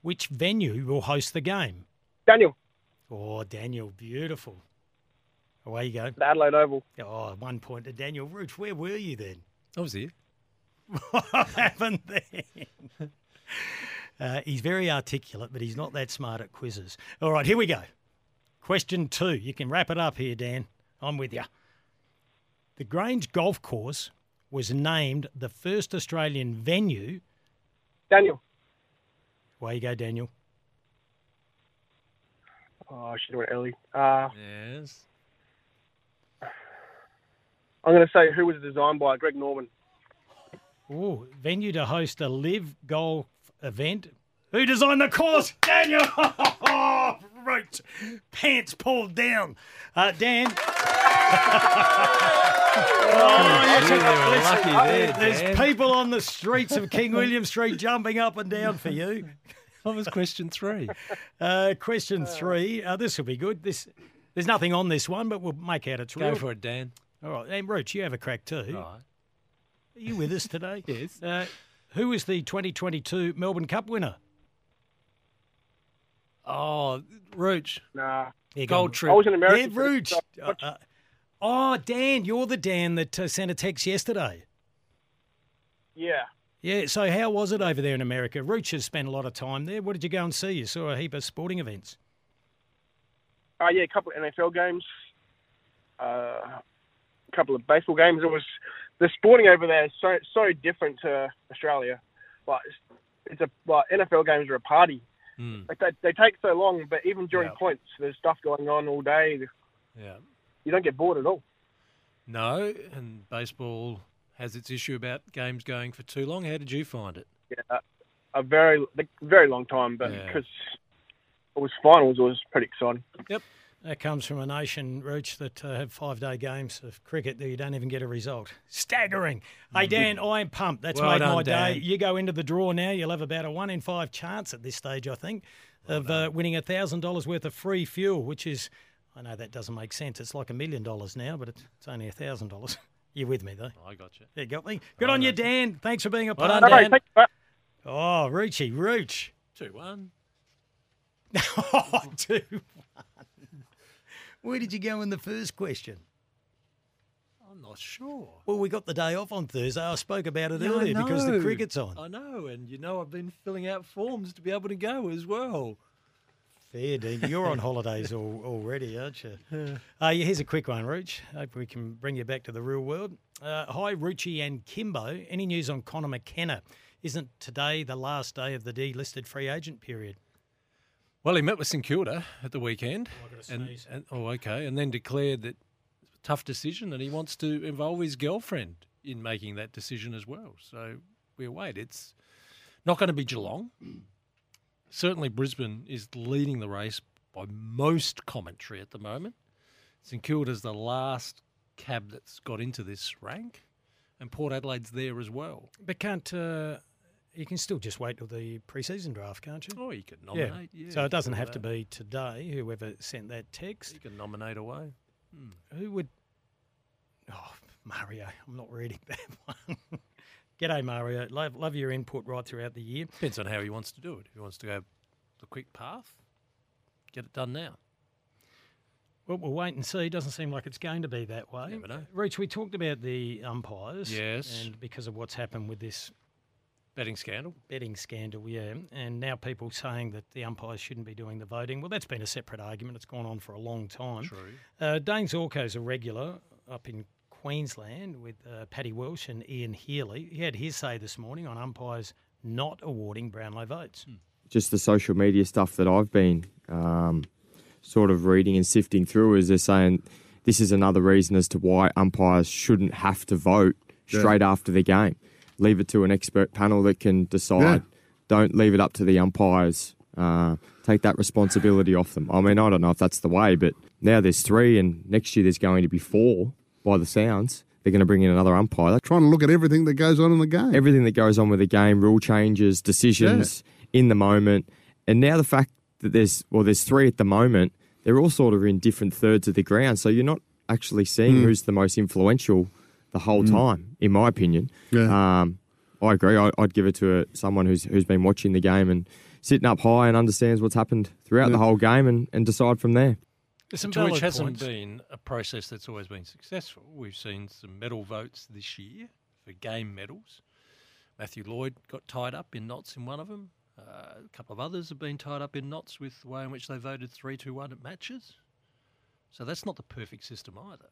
Speaker 4: Which venue will host the game?
Speaker 11: Daniel.
Speaker 4: Oh, Daniel, beautiful. Away you go.
Speaker 11: The Adelaide Oval.
Speaker 4: Oh, one point to Daniel. Rooch, where were you then?
Speaker 1: I was here.
Speaker 4: what happened then? Uh, he's very articulate, but he's not that smart at quizzes. All right, here we go. Question two. You can wrap it up here, Dan. I'm with you. The Grange Golf Course was named the first Australian venue.
Speaker 11: Daniel.
Speaker 4: Away you go, Daniel.
Speaker 11: Oh, I should have went early. Uh,
Speaker 1: yes.
Speaker 11: I'm going to say who was designed by Greg Norman.
Speaker 4: Ooh, venue to host a live golf event. Who designed the course? Daniel Roach. Pants pulled down. Uh, Dan. Oh, you
Speaker 1: You
Speaker 4: took-
Speaker 1: were
Speaker 4: listen,
Speaker 1: lucky there,
Speaker 4: There's
Speaker 1: Dan.
Speaker 4: people on the streets of King William Street jumping up and down for you.
Speaker 1: What was question three?
Speaker 4: Uh, question three. Uh, this will be good. This, there's nothing on this one, but we'll make out it's
Speaker 1: Go
Speaker 4: real.
Speaker 1: for it, Dan.
Speaker 4: All right, and Roach, you have a crack too. Are you with us today? yes. Uh, who was the 2022 Melbourne Cup winner?
Speaker 1: Oh, Roach.
Speaker 11: Nah.
Speaker 4: There you go.
Speaker 1: Gold trip.
Speaker 4: Yeah, Roach. Uh, uh, oh, Dan, you're the Dan that uh, sent a text yesterday.
Speaker 11: Yeah.
Speaker 4: Yeah, so how was it over there in America? Roach has spent a lot of time there. What did you go and see? You saw a heap of sporting events.
Speaker 11: Uh, yeah, a couple of NFL games, uh, a couple of baseball games. It was the sporting over there is so so different to Australia. Like it's, it's a like NFL games are a party. Like they they take so long, but even during points, there's stuff going on all day.
Speaker 1: Yeah.
Speaker 11: You don't get bored at all.
Speaker 1: No, and baseball has its issue about games going for too long. How did you find it?
Speaker 11: Yeah, a very very long time, but
Speaker 1: Yeah.
Speaker 11: because it was finals, it was pretty exciting.
Speaker 1: Yep.
Speaker 4: That comes from a nation, Roach, that uh, have five day games of cricket that you don't even get a result. Staggering. Hey, Dan, I am pumped. That's
Speaker 1: Mm, Well
Speaker 4: made
Speaker 1: done,
Speaker 4: my day.
Speaker 1: Dan.
Speaker 4: You go into the draw now. You'll have about a one in five chance at this stage, I think, of uh, winning $1,000 worth of free fuel, which is, I know that doesn't make sense. It's like a million dollars now, but it's it's only $1,000. You're with me, though.
Speaker 1: I got you.
Speaker 4: You got me? Good on you, Dan. Thanks for being a
Speaker 1: Well
Speaker 4: part Dan.
Speaker 1: done, Dan.
Speaker 4: Oh, Roochy, Rooch.
Speaker 1: Two one.
Speaker 4: Oh, two, one. Where did you go in the first question?
Speaker 1: I'm not sure.
Speaker 4: Well, we got the day off on Thursday. I spoke about it earlier because the cricket's on.
Speaker 1: I know, and you know I've been filling out forms to be able to go as well.
Speaker 4: Fair, Dean. You're on holidays al- already, aren't you? Uh, yeah, here's a quick one, Rooch. Hope we can bring you back to the real world. Uh, hi, Ruchi and Kimbo. Any news on Connor McKenna? Isn't today the last day of the delisted free agent period?
Speaker 1: Well, he met with St Kilda at the weekend.
Speaker 4: I got a
Speaker 1: and,
Speaker 4: sneeze.
Speaker 1: and, oh, okay. And then declared that it's a tough decision and he wants to involve his girlfriend in making that decision as well. So we wait. It's not going to be Geelong. Certainly, Brisbane is leading the race by most commentary at the moment. St Kilda's the last cab that's got into this rank, and Port Adelaide's there as well.
Speaker 4: But can't uh, you can still just wait till the preseason draft, can't you?
Speaker 1: Oh, you could nominate. Yeah.
Speaker 4: so
Speaker 1: you
Speaker 4: it
Speaker 1: could
Speaker 4: doesn't
Speaker 1: do
Speaker 4: have to
Speaker 1: that.
Speaker 4: be today. Whoever sent that text,
Speaker 1: You can nominate away. Hmm.
Speaker 4: who would? Oh, Mario, I'm not reading that one. G'day, Mario. Love, love your input right throughout the year.
Speaker 1: Depends on how he wants to do it. If he wants to go the quick path, get it done now.
Speaker 4: Well, we'll wait and see. Doesn't seem like it's going to be that way.
Speaker 1: Never know.
Speaker 4: Reach, we talked about the umpires.
Speaker 1: Yes.
Speaker 4: And because of what's happened with this
Speaker 1: Betting scandal.
Speaker 4: betting scandal, yeah, and now people saying that the umpires shouldn't be doing the voting. Well, that's been a separate argument. It's gone on for a long time.
Speaker 12: Mm-hmm.
Speaker 1: True.
Speaker 4: Uh, Dane Zorko's a regular up in Queensland with uh, Paddy Welsh and Ian Healy. He had his say this morning on umpires not awarding Brownlow votes.
Speaker 1: Hmm.
Speaker 12: just the social media stuff that I've been um, sort of reading and sifting through is they're saying this is another reason as to why umpires shouldn't have to vote
Speaker 13: Yeah.
Speaker 12: straight after the game. Leave it to an expert panel that can decide. Don't leave it up to the umpires. Uh, take that responsibility off them. I mean, I don't know if that's the way, but now there's three, and next year there's going to be four by the sounds. They're going to bring in another umpire.
Speaker 16: Trying to look at everything that goes on in the game.
Speaker 12: Everything that goes on with the game, rule changes, decisions in the moment. And now the fact that there's well, there's three at the moment, they're all sort of in different thirds of the ground. So you're not actually seeing
Speaker 16: Mm.
Speaker 12: who's the most influential the whole
Speaker 16: Mm.
Speaker 12: time, in my opinion.
Speaker 16: Yeah.
Speaker 12: Um, I agree. I, I'd give it to a, someone who's who's been watching the game and sitting up high and understands what's happened throughout the whole game and, and decide from there.
Speaker 4: Some
Speaker 1: To which
Speaker 4: valid
Speaker 1: hasn't
Speaker 4: points.
Speaker 1: been a process that's always been successful. We've seen some medal votes this year for game medals. Matthew Lloyd got tied up in knots in one of them. Uh, a couple of others have been tied up in knots with the way in which they voted 3 2 1 at matches. So that's not the perfect system either.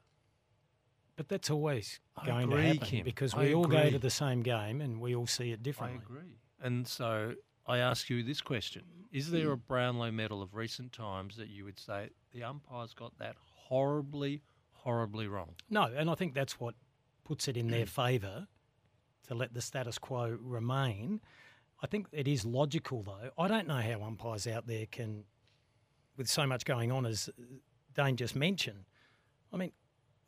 Speaker 4: But that's always
Speaker 1: I
Speaker 4: going
Speaker 1: agree,
Speaker 4: to happen
Speaker 1: Kim.
Speaker 4: because
Speaker 1: I
Speaker 4: we all go
Speaker 1: agree.
Speaker 4: to the same game and we all see it differently.
Speaker 1: agree. And so I ask you this question
Speaker 4: Hmm.
Speaker 1: Is there a Brownlow medal of recent times that you would say the umpires got that horribly, horribly wrong?
Speaker 4: No, and I think that's what puts it in their favour to let the status quo remain. I think it is logical, though. I don't know how umpires out there can, with so much going on as Dane just mentioned. I mean,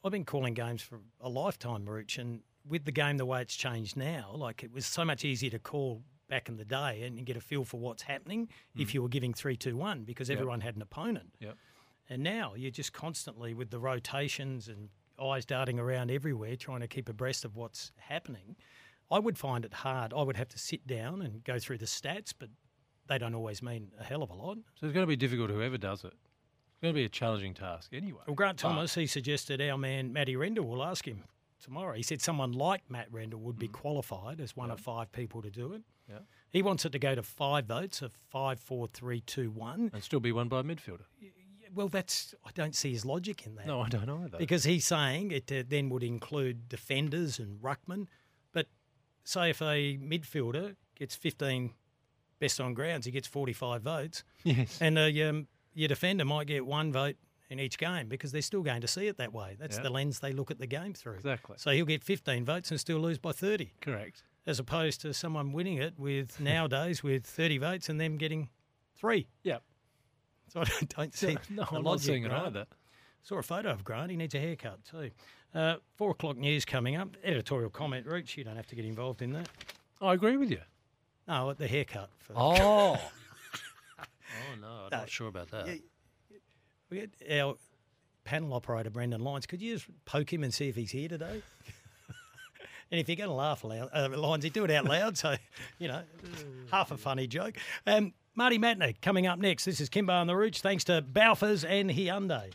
Speaker 4: I've been calling games for a lifetime, Rooch, and with the game the way it's changed now, like it was so much easier to call back in the day and you get a feel for what's happening if
Speaker 1: Mm.
Speaker 4: you were giving three, two, one, because
Speaker 1: Yep.
Speaker 4: everyone had an opponent.
Speaker 1: Yep.
Speaker 4: And now you're just constantly with the rotations and eyes darting around everywhere, trying to keep abreast of what's happening. I would find it hard. I would have to sit down and go through the stats, but they don't always mean a hell of a lot.
Speaker 1: So it's going to be difficult whoever does it. It's going to be a challenging task anyway.
Speaker 4: Well, Grant
Speaker 1: But-
Speaker 4: Thomas, he suggested our man Matty Rendell. We'll ask him tomorrow. He said someone like Matt Rendell would be qualified as one of five people to do it.
Speaker 1: Mm. Yeah.
Speaker 4: He wants it to go to five votes of five, four, three, two, one.
Speaker 1: And still be won by a midfielder.
Speaker 4: Well, that's I don't see his logic in that.
Speaker 1: No, I don't either.
Speaker 4: Because he's saying it uh, then would include defenders and ruckmen. But say if a midfielder gets 15 best on grounds, he gets 45 votes.
Speaker 1: Yes.
Speaker 4: And uh, your, your defender might get one vote in each game because they're still going to see it that way. That's
Speaker 1: Yeah.
Speaker 4: the lens they look at the game through.
Speaker 1: Exactly.
Speaker 4: So he'll get 15 votes and still lose by 30.
Speaker 1: Correct.
Speaker 4: As opposed to someone winning it with nowadays with 30 votes and them getting three.
Speaker 1: Yep.
Speaker 4: So I don't, don't see
Speaker 1: Yeah, no,
Speaker 4: the
Speaker 1: I'm not
Speaker 4: logic,
Speaker 1: seeing it
Speaker 4: Grant.
Speaker 1: either.
Speaker 4: Saw a photo of Grant. He needs a haircut too. Uh, four o'clock news coming up. Editorial comment, Rooch. You don't have to get involved in that.
Speaker 1: I agree with you.
Speaker 4: No, the haircut. For
Speaker 1: Oh. oh, no. I'm
Speaker 4: No,
Speaker 1: not sure about that.
Speaker 4: you- We had our panel operator, Brendan Lyons. Could you just poke him and see if he's here today? and if you're going to laugh, loud, uh, Lyons, you do it out loud. So, you know, half a funny joke. Um, Marty Matney coming up next. This is Kimbo and the Roots. Thanks to Balfours and Hyundai.